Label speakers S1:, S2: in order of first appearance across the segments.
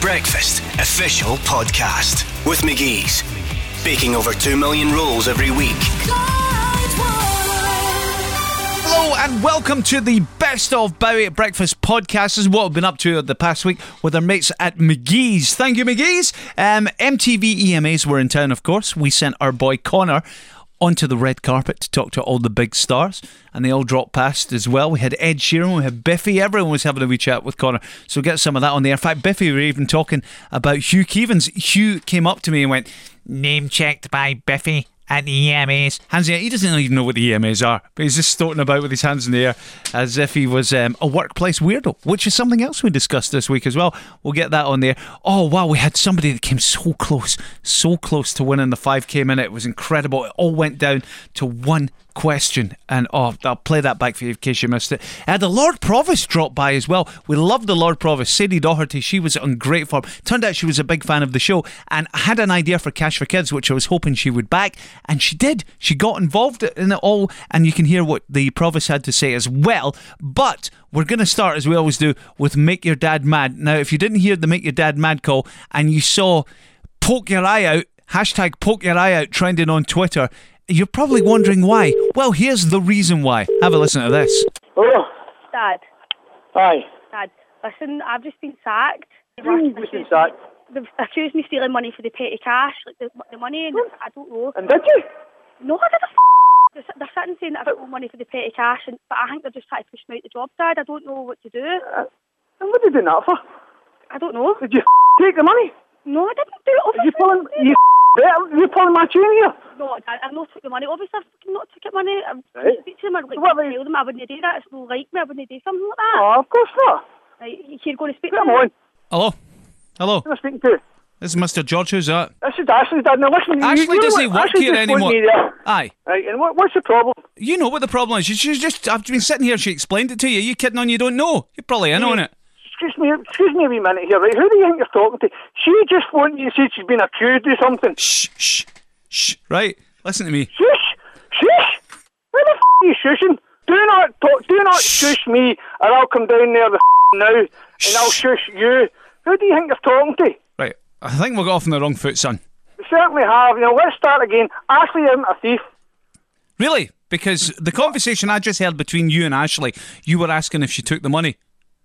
S1: Breakfast Official Podcast with McGee's. Baking over 2 million rolls every week.
S2: Hello and welcome to the Best of Bowie at Breakfast podcast. This is what we've been up to the past week with our mates at McGee's. Thank you, McGee's. Um, MTV EMAs were in town, of course. We sent our boy Connor onto the red carpet to talk to all the big stars, and they all dropped past as well. We had Ed Sheeran, we had Biffy, everyone was having a wee chat with Connor. So we'll get some of that on there. In fact, Biffy were even talking about Hugh Keevans. Hugh came up to me and went, Name checked by Biffy at the E EMAs. Hands in the air. He doesn't even know what the EMAs are, but he's just stoating about with his hands in the air as if he was um, a workplace weirdo, which is something else we discussed this week as well. We'll get that on there. Oh, wow, we had somebody that came so close, so close to winning the 5K minute. It was incredible. It all went down to one question. And oh, I'll play that back for you in case you missed it. And the Lord Provost dropped by as well. We love the Lord Provost. Sadie Doherty, she was on great form. Turned out she was a big fan of the show and had an idea for Cash for Kids, which I was hoping she would back. And she did. She got involved in it all. And you can hear what the Provost had to say as well. But we're going to start, as we always do, with Make Your Dad Mad. Now, if you didn't hear the Make Your Dad Mad call and you saw Poke Your Eye Out, hashtag Poke Your Eye Out trending on Twitter, you're probably wondering why. Well, here's the reason why. Have a listen to this.
S3: Oh,
S4: Dad,
S3: aye.
S4: Dad, listen, I've just been sacked. They've
S3: Ooh,
S4: accused
S3: listen, sack.
S4: me- They've accused me of stealing money for the petty cash, like the, the money, and I don't know.
S3: And did you?
S4: No, I did a f- they're, sit- they're sitting saying that I've got money for the petty cash, and, but I think they're just trying to push me out the job, Dad. I don't know what to do.
S3: Uh, And what did you do that for?
S4: I don't know.
S3: Did you take the money?
S4: No, I didn't
S3: Did
S4: do it.
S3: you
S4: Obviously,
S3: pull in, you bet, you pulling my chain here?
S4: no, Dad, I've not took the money. Obviously, I've fucking not took it money. I'm
S3: Right.
S4: speak to them. I'd like
S3: What
S4: to
S3: about-
S4: tell them I wouldn't do that. It's no like me. I wouldn't do something like that.
S3: Oh, of course not.
S4: Right, you're going to speak
S3: Come
S4: to them.
S3: on.
S2: Hello. Hello.
S3: Who am I speaking to?
S2: This is Mr. George. Who's that?
S3: This is Ashley, Dad. Now listen.
S2: Ashley
S3: you,
S2: doesn't
S3: you know
S2: work
S3: what? Ashley
S2: here
S3: just phoned
S2: anymore.
S3: me there.
S2: Aye.
S3: Right, and what, what's the problem?
S2: You know what the problem is. She- She's just, I've been sitting here, she explained it to you. You kidding on you don't know. You're probably in on it.
S3: Excuse me, excuse me a wee minute here, right? Who do you think you're talking to? She just phoned you and said she's been accused of something.
S2: Shh, shh, shh. Right. Listen to me.
S3: Shush! Shush! Where the f*** are you shushing? Do not talk, do not shush me or I'll come down there the f- now and I'll shush you. Who do you think you're talking to?
S2: Right. I think we got off on the wrong foot, son.
S3: We certainly have. Now let's start again. Ashley isn't a thief.
S2: Really? Because the conversation I just had between you and Ashley, you were asking if she took the money,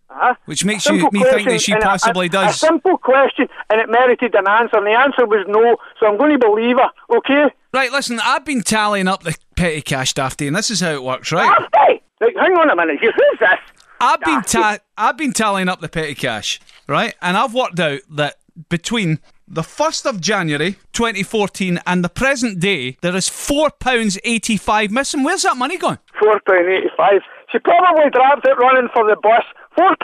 S3: Uh-huh.
S2: which makes you, me think that she
S3: and a-
S2: possibly
S3: a,
S2: does.
S3: A simple question and it merited an answer and the answer was no, so I'm going to believe her, okay?
S2: Right, listen, I've been tallying up the petty cash, Dafty, and this is how it works, right?
S3: Ashley! Now, hang on a minute here. Who's this?
S2: I've been ta- I've been tallying up the petty cash, right? And I've worked out that between the 1st of January 2014 and the present day, there is £4.85 missing. Where's that money gone?
S3: £4.85. She probably dropped it running for the bus.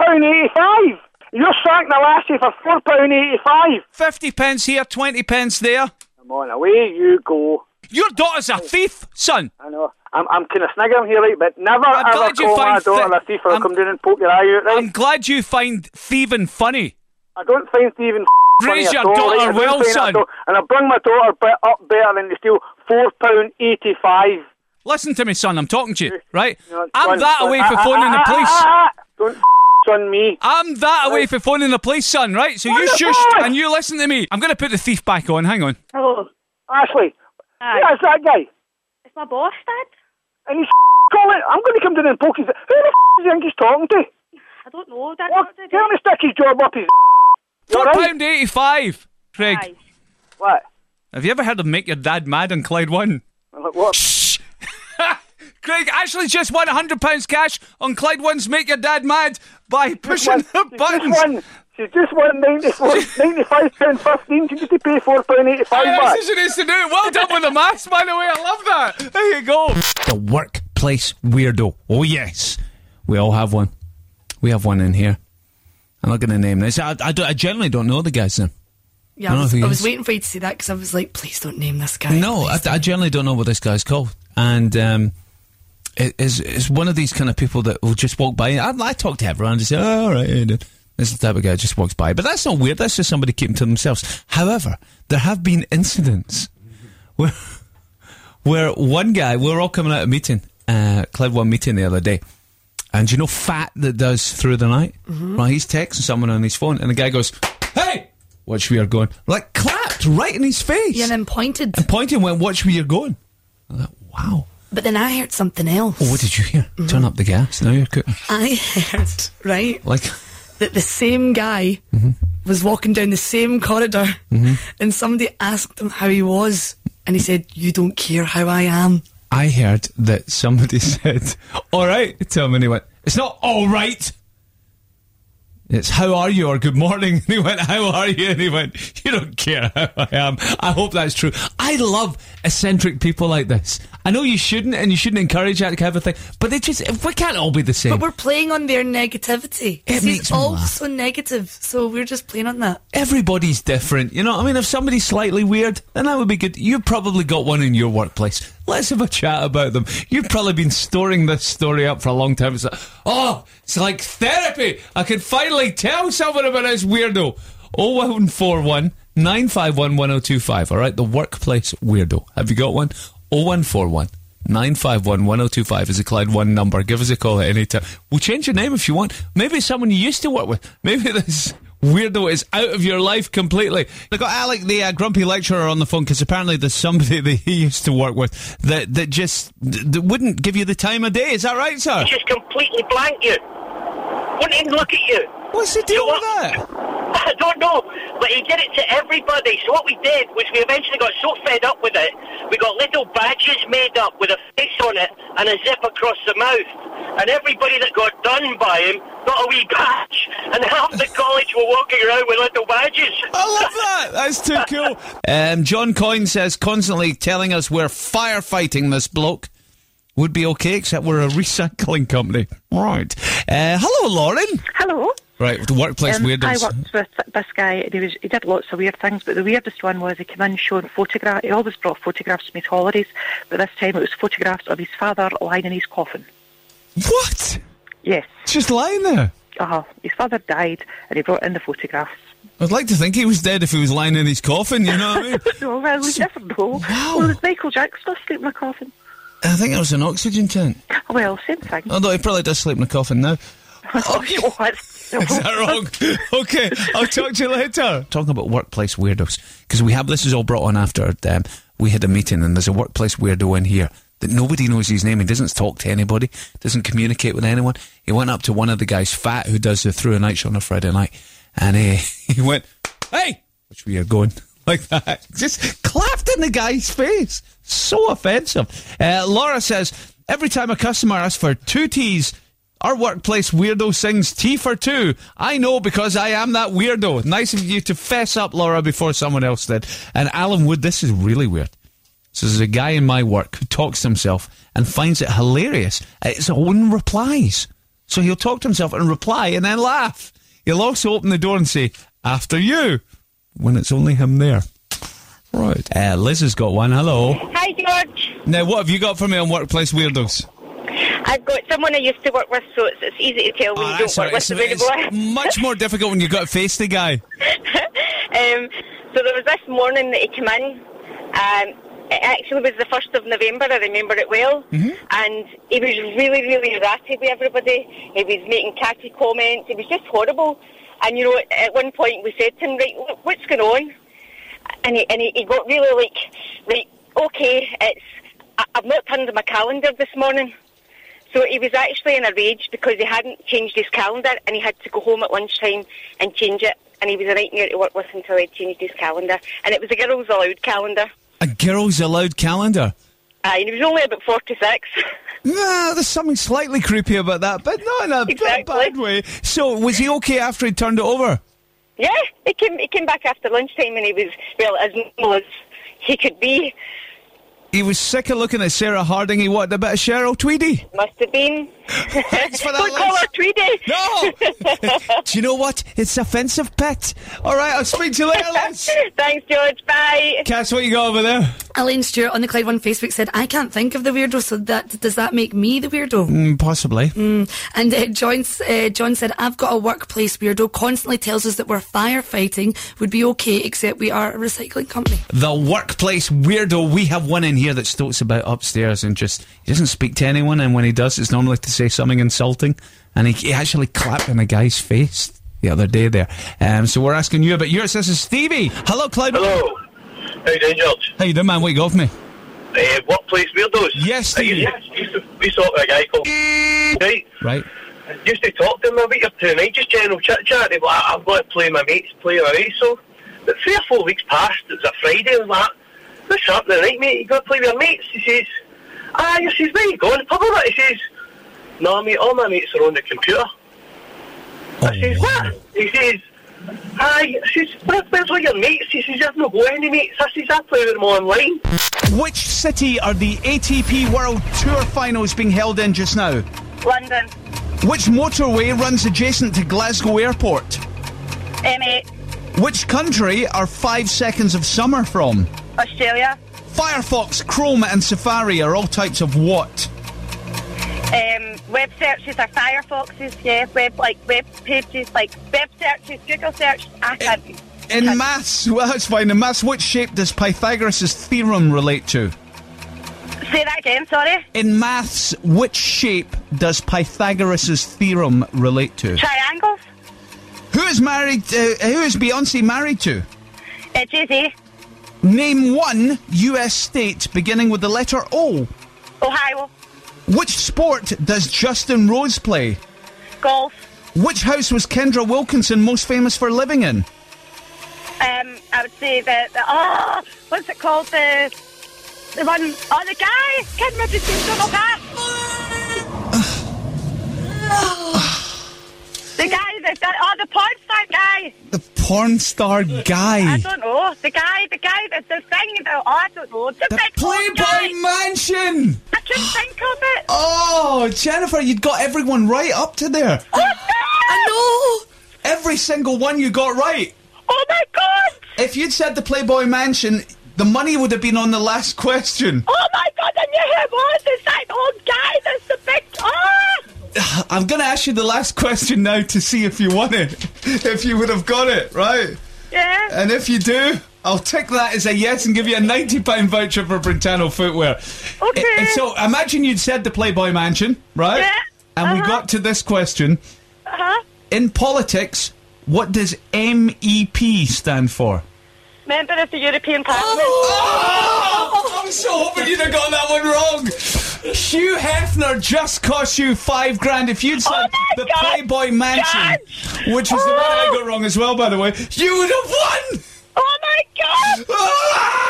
S3: £4.85! You're sacking the lassie for £4.85!
S2: 50 pence here, 20 pence there.
S3: Come on, away you go.
S2: Your daughter's a thief, son.
S3: I know. I'm, I'm kind of sniggering here, right? But never
S2: I'm
S3: ever
S2: glad you
S3: call my
S2: find
S3: daughter
S2: thi-
S3: a thief or I'll
S2: I'm-
S3: come down and poke your eye out, right?
S2: I'm glad you find thieving funny.
S3: I don't find thieving funny
S2: Raise
S3: at
S2: your
S3: all,
S2: daughter
S3: right? I don't
S2: well,
S3: find it
S2: son.
S3: at all. And I bring my daughter be- up better than to steal £4.85.
S2: Listen to me, son, I'm talking to you, right?
S3: You know,
S2: I'm
S3: son,
S2: that
S3: son,
S2: away
S3: ah,
S2: for
S3: ah,
S2: phoning the
S3: ah,
S2: police.
S3: ah, ah. Don't on me.
S2: I'm that away for phoning the police, son, right? So you
S3: What the
S2: shushed
S3: fuck?
S2: and you listen to me. I'm going to put the thief back on. Hang on.
S4: Hello.
S2: Ah.
S3: Ashley,
S4: Aye.
S3: who is that guy?
S4: It's my boss, Dad.
S3: And he's calling. I'm going to come down and poke his. Who the f- do you think he's talking to?
S4: I don't know, Dad.
S3: Well,
S4: What to do?
S3: tell him to stick his job up his. You all right?
S2: £4.85. Craig,
S4: Aye.
S3: What?
S2: have you ever heard of Make Your Dad Mad on Clyde One?
S3: I'm like, what?
S2: Craig, actually just won £100 cash on Clyde One's Make Your Dad Mad by pushing the
S3: She's
S2: buttons.
S3: just won. She's just won 94, 95 pound 15. She needs to pay four pound 85
S2: That's
S3: back.
S2: what she needs to do. Well done with the maths, by the way. I love that. There you go. The workplace weirdo. Oh, yes. We all have one. We have one in here. I'm not going to name this. I, I, do- I generally don't know the guy's name.
S5: Yeah,
S2: I
S5: I,
S2: don't
S5: was,
S2: know who
S5: I
S2: he
S5: was
S2: is.
S5: waiting for you to say that because I was like, please don't name this guy.
S2: No, I, I generally don't know what this guy's called, and um, it is is one of these kind of people that will just walk by. I, I talk to everyone and say, "Oh, "All right." yeah, yeah." This is the type of guy that just walks by, but that's not weird. That's just somebody keeping to themselves. However, there have been incidents where where one guy we were all coming out of a meeting, uh, Clyde one meeting the other day, and you know Fat that does through the night. Well, he's texting someone on his phone, and the guy goes, "Hey, Watch where you're going. Like clapped right in his face.
S5: Yeah, and then pointed.
S2: and pointed and went, Watch where you're going. I thought, Wow.
S5: But then I heard something else.
S2: Oh, what did you hear?
S5: Mm-hmm.
S2: Turn up the gas. Now you're cooking.
S5: I heard, right,
S2: Like,
S5: that the same guy
S2: Mm-hmm.
S5: was walking down the same corridor and somebody asked him how he was. And he said, You don't care how I am.
S2: I heard that somebody said, All right, tell me. And he went, It's not all right. It's how are you or good morning. And he went, How are you? And he went, You don't care how I am. I hope that's true. I love eccentric people like this. I know you shouldn't and you shouldn't encourage that kind of thing, but they just, we can't all be the same.
S5: But we're playing on their negativity.
S2: It
S5: This
S2: makes
S5: is
S2: me
S5: all
S2: laugh.
S5: so negative, so we're just playing on that.
S2: Everybody's different, you know. what I mean, if somebody's slightly weird, then that would be good. You've probably got one in your workplace. Let's have a chat about them. You've probably been storing this story up for a long time. It's like, oh, it's like therapy. I can finally tell someone about this weirdo. 0141 951 1025. All right, the workplace weirdo. Have you got one? 0141 951 1025 is a Clyde One number. Give us a call at any time. We'll change your name if you want. Maybe it's someone you used to work with. Maybe this weirdo is out of your life completely. I got Alec, the uh, grumpy lecturer, on the phone because apparently there's somebody that he used to work with that, that just that wouldn't give you the time of day. Is that right, sir?
S6: just completely blank you. Wouldn't even look at you.
S2: What's the deal
S6: You know
S2: with
S6: what?
S2: that?
S6: I don't know, but he did it to everybody. So what we did was we eventually got so fed up with it, we got little badges made up with a face on it and a zip across the mouth. And everybody that got done by him got a wee badge. And half the college were walking around with little badges.
S2: I love that. That's too cool. Um, John Coyne says constantly telling us we're firefighting this bloke would be okay, except we're a recycling company. Right. Uh, hello, Lauren.
S7: Hello.
S2: Right, the workplace
S7: Um, I
S2: weirdos.
S7: worked with this guy, and he was he did lots of weird things, but the weirdest one was he came in showing photographs. He always brought photographs to me at holidays, but this time it was photographs of his father lying in his coffin.
S2: What?
S7: Yes,
S2: Just lying there.
S7: uh-huh. his father died, and he brought in the photographs.
S2: I'd like to think he was dead if he was lying in his coffin, you know what I mean?
S7: No, Oh, well, we never know.
S2: Wow.
S7: Well, was Michael Jackson asleep in a coffin.
S2: I think it was an oxygen tent.
S7: Well, same thing. Oh,
S2: Although he probably does sleep in a coffin now. Okay.
S7: what?
S2: Is that wrong? Okay, I'll talk to you later. Talking about workplace weirdos, because we have this is all brought on after um, we had a meeting, and there's a workplace weirdo in here that nobody knows his name. He doesn't talk to anybody, doesn't communicate with anyone. He went up to one of the guys, Fat, who does the through a night show on a Friday night, and he, he went, "Hey, which we are going." Like that, just clapped in the guy's face. So offensive. Uh, Laura says every time a customer asks for two teas, our workplace weirdo sings tea for two. I know because I am that weirdo. Nice of you to fess up, Laura, before someone else did. And Alan Wood, this is really weird. So there's a guy in my work who talks to himself and finds it hilarious at his own replies. So he'll talk to himself and reply and then laugh. He'll also open the door and say, after you, when it's only him there. Right. Uh, Liz has got one. Hello.
S8: Hi, George.
S2: Now, what have you got for me on workplace weirdos?
S8: I've got someone I used to work with, so it's, it's easy to tell when
S2: Oh,
S8: you
S2: that's
S8: don't work
S2: all right.
S8: with them
S2: It's-
S8: anymore.
S2: it's much more difficult when you've got to face the guy.
S8: um, so there was this morning that he came in. Um, it actually was the 1st of November, I remember it well. And he was really, really ratty with everybody. He was making catty comments. It was just horrible. And, you know, at- at one point we said to him, right, wh- what's going on? and he, and he, he got really like, right, okay, it's I, I've not turned my calendar this morning. So he was actually in a rage because he hadn't changed his calendar and he had to go home at lunchtime and change it. And he was a nightmare to work with until he'd changed his calendar. And it was a girls' allowed calendar.
S2: A girl's allowed calendar.
S8: Uh, and he was only about 46.
S2: Nah, there's something slightly creepy about that, but not in a
S8: Exactly.
S2: bad way. So, was he okay after he turned it over?
S8: yeah, he came, he came back after lunchtime and he was, well, as normal as he could be.
S2: He was sick of looking at Sarah Harding. He wanted a bit of Cheryl Tweedy.
S8: Must have been.
S2: Thanks for that,
S8: Don't call
S2: Liz.
S8: her Tweedy.
S2: No! Do you know what? It's offensive, pet. All right, I'll speak to you later, Liz.
S8: Thanks, George. Bye.
S2: Cass, what you got over there?
S5: Elaine Stewart on the Clyde One Facebook said, "I can't think of the weirdo, so that does that make me the weirdo?"
S2: Mm, possibly.
S5: And uh, John, s- uh, John said, "I've got a workplace weirdo constantly tells us that we're firefighting would be okay, except we are a recycling company."
S2: the workplace weirdo. We have one in here that stoats about upstairs and just he doesn't speak to anyone, and when he does, it's normally to say something insulting, and he, he actually clapped in a guy's face. the other day there. Um, so we're asking you about yours. This is Stevie. Hello, Clyde.
S8: Hello. How you doing, George?
S2: How you doing, man? What you got for me?
S8: Uh, workplace weirdos.
S2: Yes, Stevie.
S8: I used, used to, we saw a guy called right.
S2: Right.
S8: Used to talk to him a week or two, night, just general chit chat. Like, I've got to play my mates, play my mates. So, but three or four weeks passed. It was a Friday. I was like, "What's happening, right, mate? You got to play with your mates?" He says, "Ah, he says, where you going? Pub or what?" He says, "No, mate. All my mates are on the computer." I says, what? He says, aye. I says, where, where's all your mates? He says, I've not got any mates. I says, I play with them online.
S2: Which city are the ATP World Tour finals being held in just now?
S4: London,
S2: Which motorway runs adjacent to Glasgow Airport?
S4: M8,
S2: Which country are five seconds of summer from?
S4: Australia,
S2: Firefox, Chrome, and Safari are all types of what?
S4: um, web searches are Firefoxes, yeah, web like web pages, like web searches, Google search.
S8: Eh.
S4: I can't.
S2: In maths, well, that's fine. In maths, which shape does Pythagoras' theorem relate to?
S4: Say that again. Sorry.
S2: In maths, which shape does Pythagoras' theorem relate to?
S4: Triangles.
S2: Who is married? Uh, who is Beyonce married to?
S4: Uh, Jay Z.
S2: Name one U.S. state beginning with the letter O.
S4: Ohio.
S2: Which sport does Justin Rose play?
S4: Golf.
S2: Which house was Kendra Wilkinson most famous for living in?
S4: Um, I would say the, the oh, what's it called? The the one oh the guy. Kid Richardson, Donald The guy, the, the oh the porn star guy.
S2: The porn star
S4: I
S2: guy.
S4: don't know. The guy, the guy, the, the thing, the, oh, I don't know. The,
S2: The
S4: big old guy.
S2: Playboy Mansion.
S4: I couldn't think of it.
S2: Oh, Jennifer, you'd got everyone right up to there.
S4: I know.
S2: Every single one you got right.
S4: Oh my god.
S2: If you'd said the Playboy Mansion, the money would have been on the last question.
S4: Oh my god, I knew who it was. It's that old guy that's the big. Oh!
S2: I'm going to ask you the last question now to see if you won it. If you would have got it, right?
S4: Yeah.
S8: Eh.
S2: And if you do, I'll tick that as a yes and give you a £90 voucher for Brentano footwear.
S4: Okay.
S2: I- so imagine you'd said the Playboy Mansion, right?
S4: Yeah.
S2: And we got to this question.
S4: Uh-huh.
S2: In politics, what does MEP stand for?
S4: Member of the European Parliament.
S2: Oh, I'm so hoping you'd have got that one wrong. Hugh Hefner just cost you five grand. If you'd said
S4: Oh my
S2: the
S4: God.
S2: Playboy Mansion, which was the one I got wrong as well, by the way, you would have won.
S4: Oh my god!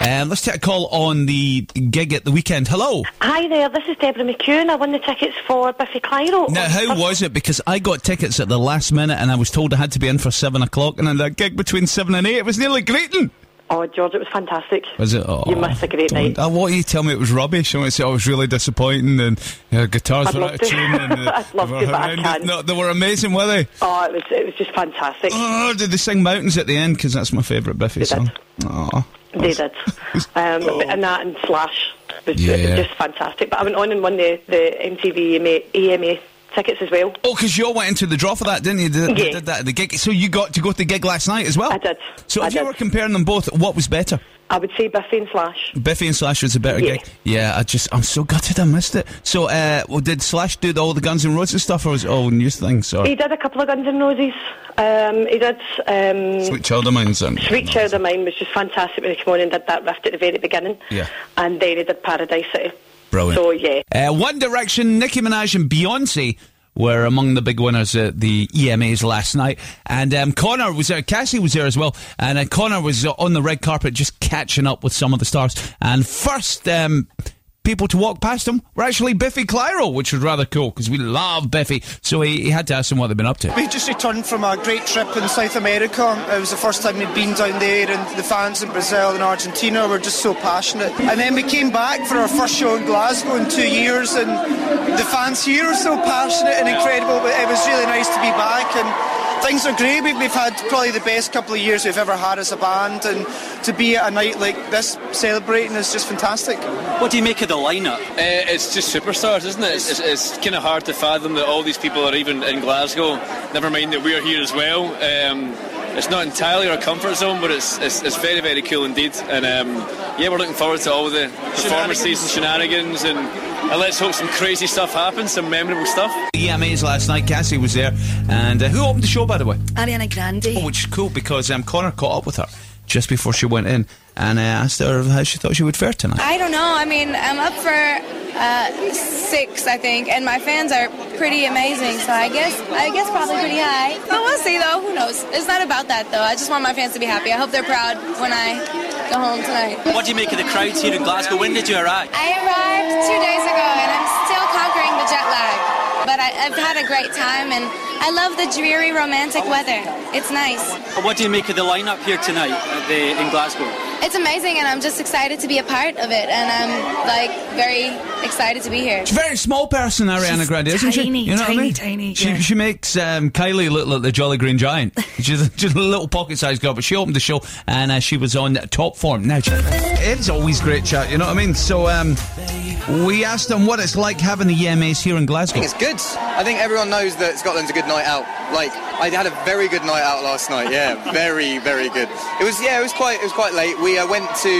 S2: Um, let's take a call on the gig at the weekend. Hello.
S7: Hi there, this is Deborah McCune. I won the tickets for Biffy Clyro.
S2: Now, how was it? Because I got tickets at the last minute and I was told I had to be in for seven o'clock, and then that gig between seven and eight, it was nearly greeting.
S7: Oh, George, it was fantastic.
S2: Was it? Oh,
S7: You missed a great
S2: don't-
S7: night.
S2: I want you to tell me it was rubbish. I want to say I was really disappointing and you know, guitars
S7: I'd
S2: were
S7: love
S2: out of
S7: to.
S2: tune. And, uh,
S7: I'd love
S2: they were
S7: to, but I
S2: horrendous.
S7: can't.
S2: No, they were amazing, were they?
S7: Oh, it was it was just fantastic.
S2: Oh, did they sing Mountains at the end? Because that's my favourite Biffy
S7: They did.
S2: song. Oh.
S7: They did. Um, And that and Slash was ju-
S2: Yeah.
S7: just fantastic. But I went on and won the, the MTV EMA, EMA E tickets as well.
S2: Oh, because you all went into the draw for that, didn't you? Did,
S7: Yeah.
S2: did that at the gig. So you got to go to the gig last night as well.
S7: I did.
S2: So
S7: I
S2: if you
S7: did.
S2: were comparing them both, what was better?
S7: I would say Biffy and Slash.
S2: Biffy and Slash was a better
S7: Yeah.
S2: gig. Yeah, I just I'm so gutted I missed it. So, uh, well, did Slash do all the Guns N' Roses stuff, or was it all new things? Or
S7: He did a couple of Guns N' Roses. Um, he did um,
S2: Sweet Child of Mine? Sweet
S7: Sweet Child of Mine, was just fantastic when he came on and did that rift at the very beginning.
S2: Yeah.
S7: And then he did Paradise City.
S2: Brilliant.
S7: So, Oh, yeah.
S2: Uh, One Direction, Nicki Minaj, and Beyonce were among the big winners at the EMAs last night. And um, Connor was there, Cassie was there as well. And uh, Connor was uh, on the red carpet just catching up with some of the stars. And first um, people to walk past him were actually Biffy Clyro, which was rather cool because we love Biffy. So he, he had to ask them what they've been up to.
S9: We just returned from a great trip in South America. It was the first time we'd been down there, and the fans in Brazil and Argentina were just so passionate. And then we came back for our first show in Glasgow in two years, and the fans here are so passionate and incredible. But it was really nice to be back, and things are great. We've, we've had probably the best couple of years we've ever had as a band, and to be at a night like this celebrating is just fantastic.
S10: What do you make of the lineup?
S5: Uh, it's just superstars, isn't it? It's, it's, it's kind of hard to fathom that all these people are even in Glasgow. Never mind that we're here as well. Um, it's not entirely our comfort zone, but it's it's, it's very very cool indeed. And um, yeah, we're looking forward to all the performances and shenanigans and
S11: and let's hope some crazy stuff happens, some memorable stuff.
S2: The EMAs E last night, Cassie was there, and uh, who opened the show, by the way? Oh,
S5: Ariana Grande.
S2: Which is cool because um, Connor caught up with her just before she went in and uh, asked her how she thought she would fare tonight.
S12: I don't know. I mean, I'm up for uh, six, I think, and my fans are pretty amazing. So I guess, I guess probably pretty high. But we'll see, though. Who knows? It's not about that, though. I just want my fans to be happy. I hope they're proud when I go home tonight.
S13: What do you make of the crowds here in Glasgow? When did you arrive?
S12: I arrived two days ago, and I'm still conquering the jet lag. But I, I've had a great time, and I love the dreary, romantic weather. It's nice.
S13: What do you make of the lineup here tonight at the, in Glasgow?
S12: It's amazing, and I'm just excited to be a part of it. And I'm like very excited to be here.
S2: She's a very small person, Ariana Grande, isn't
S12: tiny,
S2: she? You know what I
S12: tiny,
S2: mean?
S12: tiny,
S2: She,
S12: yeah.
S2: she makes um, Kylie look like the Jolly Green Giant. She's just a little pocket sized girl, but she opened the show and uh, she was on top form. Now, it's always great chat, you know what I mean? So, um, we asked them what it's like having the EMAs here in
S14: I
S2: Glasgow.
S14: think it's good. I think everyone knows that Scotland's a good night out. Like I had a very good night out last night. Yeah, very very good. It was yeah, it was quite it was quite late. We uh, went to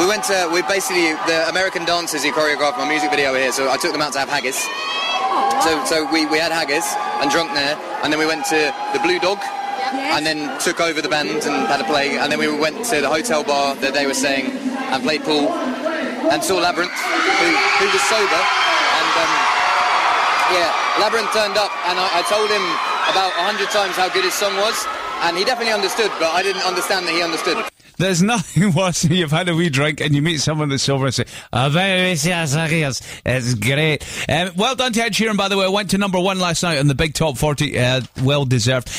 S14: we went to we basically the American dancers who choreographed my music video were here, so I took them out to have haggis.
S5: Oh,
S14: So so we, we had haggis and drunk there, and then we went to the Blue Dog. And then took over the band and had a play, and then we went to the hotel bar that they were saying, and played pool, and saw Labyrinth, who, who was sober, and um, yeah, Labyrinth turned up and I, I told him about a hundred times how good his song was and he definitely understood, but I didn't understand that he understood.
S2: There's nothing worse than you've had a wee drink and you meet someone that's sober and say, "I very wish I was here." It's great. Um, well done to Ed Sheeran, by the way. Went to number one last night on the big top 40. Uh, well deserved.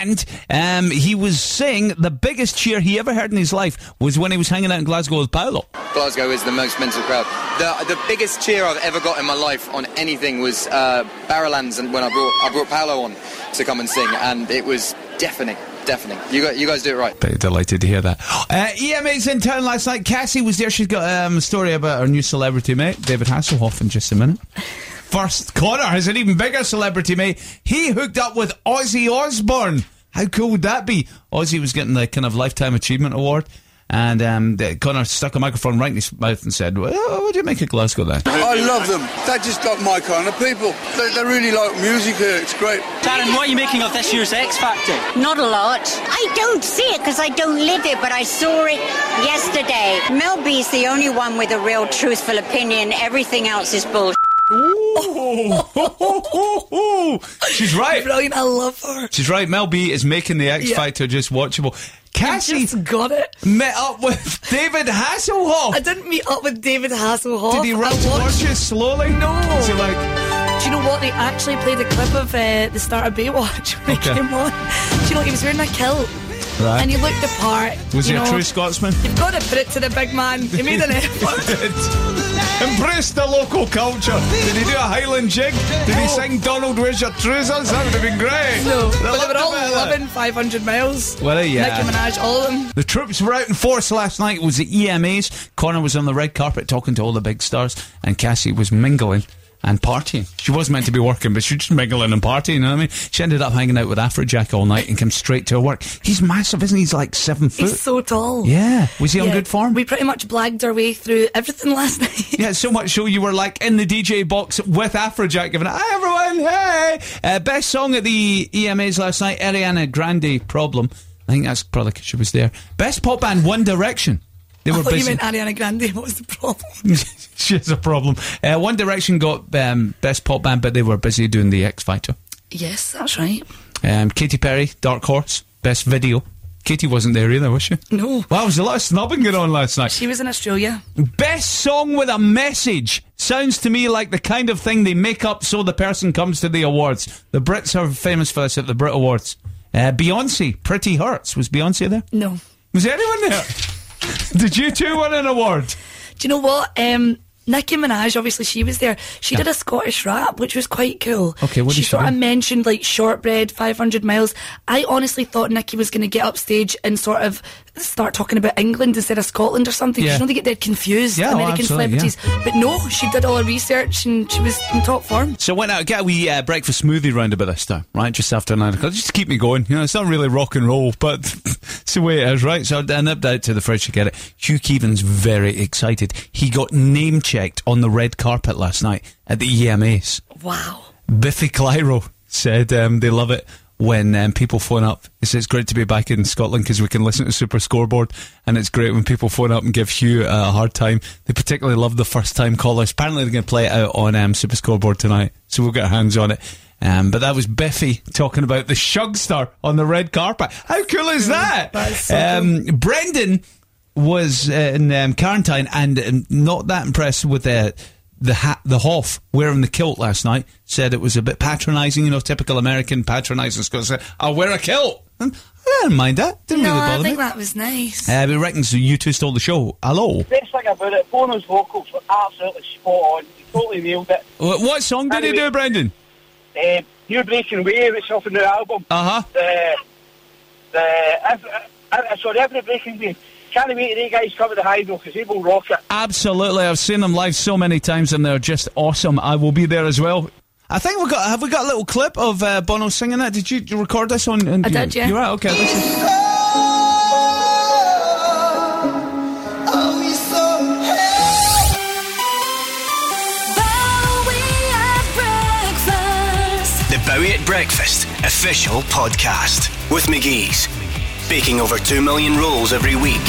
S2: And um, he was saying the biggest cheer he ever heard in his life was when he was hanging out in Glasgow with Paolo.
S14: Glasgow is the most mental crowd. The the biggest cheer I've ever got in my life on anything was uh, Barrowlands, and when I brought I brought Paolo on to come and sing, and it was deafening, deafening. You got you guys do it right.
S2: Very delighted to hear that. Uh, EMA's in town last night. Cassie was there. She's got um, a story about her new celebrity mate, David Hasselhoff, in just a minute. First, Connor is an even bigger celebrity mate. He hooked up with Ozzy Osbourne. How cool would that be? Ozzy was getting the kind of Lifetime Achievement Award. And um, the- Connor stuck a microphone right in his mouth and said, well, What do you make of Glasgow then?
S15: I love them. They just got my kind of people. They, they really like music here. It's great.
S13: Darren, what are you making of this year's X Factor?
S16: Not a lot. I don't see it because I don't live it, but I saw it yesterday. Mel B's the only one with a real truthful opinion. Everything else is bullshit.
S2: She's right.
S5: Brilliant. I love her.
S2: She's right. Mel B is making the X
S5: Yeah.
S2: Factor just watchable. Cassie
S5: got it.
S2: Met up with David Hasselhoff.
S5: I didn't meet up with David Hasselhoff.
S2: Did he run towards you slowly? No. Was he like,
S5: Do you know what? They actually played a clip of uh, the start of Baywatch when
S2: Okay.
S5: he came on. Do you know he was wearing a kilt?
S2: Right.
S5: And he looked the part.
S2: was
S5: you
S2: he a
S5: know.
S2: true Scotsman?
S5: You've got to put it to the big man. He made an effort.
S2: Embrace the local culture. Did he do a Highland jig? Did he sing Donald Where's Your Trousers? That would have been great.
S5: No,
S2: They
S5: but they
S2: loved
S5: were
S2: a
S5: all
S2: bit of that.
S5: loving 500 miles.
S2: Well, yeah.
S5: Nicki Minaj, all of them.
S2: The troops were out in force last night. It was the EMAs. Connor was on the red carpet talking to all the big stars, and Cassie was mingling and partying. She was meant to be working, but she was just mingling and partying. You know what I mean? She ended up hanging out with Afrojack all night and came straight to her work. He's massive, isn't he? He's like seven foot.
S5: He's so tall.
S2: yeah. Was he on good form?
S5: We pretty much blagged our way through everything last night.
S2: Yeah, so much so you were like in the DJ box with Afrojack giving it. Hi everyone, hey! Uh, best song at the EMAs last night, Ariana Grande, Problem. I think that's probably 'cause she was there. Best pop band, One Direction. They
S5: I
S2: were
S5: thought you
S2: busy.
S5: meant Ariana Grande. What was the problem?
S2: she has a problem. Uh, One Direction got um, best pop band, but they were busy doing the X Factor.
S5: Yes, that's right.
S2: Um, Katy Perry, Dark Horse, best video. Katie wasn't there either, was she?
S5: No.
S2: Wow, was a lot of snobbing going on last night.
S5: She was in Australia.
S2: Best song with a message sounds to me like the kind of thing they make up so the person comes to the awards. The Brits are famous for this at the Brit Awards. Uh, Beyonce, Pretty Hurts. Was Beyonce there?
S5: No.
S2: Was anyone there? Did you two win an award?
S5: Do you know what? Um, Nicki Minaj, obviously, she was there. She did a Scottish rap, which was quite cool.
S2: Okay, what did she
S5: sort of
S2: do?
S5: mentioned like shortbread, 500 miles. I honestly thought Nicki was going to get upstage and sort of start talking about England instead of Scotland or something. 'cause
S2: Yeah.
S5: You know they get dead confused.
S2: Yeah, oh,
S5: American
S2: absolutely, yeah.
S5: celebrities. But no, she did all her research and she was in top form.
S2: So I went out and got a wee uh, breakfast smoothie round about this time, right? Just after nine o'clock, just to keep me going. You know, it's not really rock and roll, but it's the way it is, right? So I, I nipped out to the fridge to get it. Hugh Keevan's very excited. He got name checked on the red carpet last night at the E EMAs.
S5: Wow.
S2: Biffy Clyro said um, they love it when um, people phone up. He said it's great to be back in Scotland because we can listen to Super Scoreboard, and it's great when people phone up and give Hugh uh, a hard time. They particularly love the first time callers. Apparently, they're going to play it out on um, Super Scoreboard tonight, so we'll get our hands on it. Um, but that was Biffy talking about the Shugster on the red carpet. How cool is that? Um, Brendan was uh, in um, Carntine and um, not that impressed with uh, the hat, the Hoff wearing the kilt last night. Said it was a bit patronising, you know, typical American patronising Scots. Said, I'll wear a kilt. And I didn't mind that. Didn't
S5: no,
S2: really
S5: I
S2: bother
S5: think
S2: me.
S5: that was nice.
S2: Uh, but reckons you two stole the show. Hello.
S17: Best thing about it, Bono's vocals were absolutely spot on. He totally nailed it.
S2: Wh- What song did he do, Brendan?
S17: Uh, You're Breaking Wave, it's off the new album.
S2: Uh huh.
S17: The, the, every, uh, sorry, every Breaking Wave. Can't wait till you guys cover the hydro because they will rock it.
S2: Absolutely, I've seen them live so many times, and they're just awesome. I will be there as well. I think we got. Have we got a little clip of uh, Bono singing that? Did you, did you record this on? on
S5: I did, yeah.
S2: You're right. Okay. Listen.
S1: The Bowie at Breakfast official podcast with McGee's. Baking over 2 million rolls every week.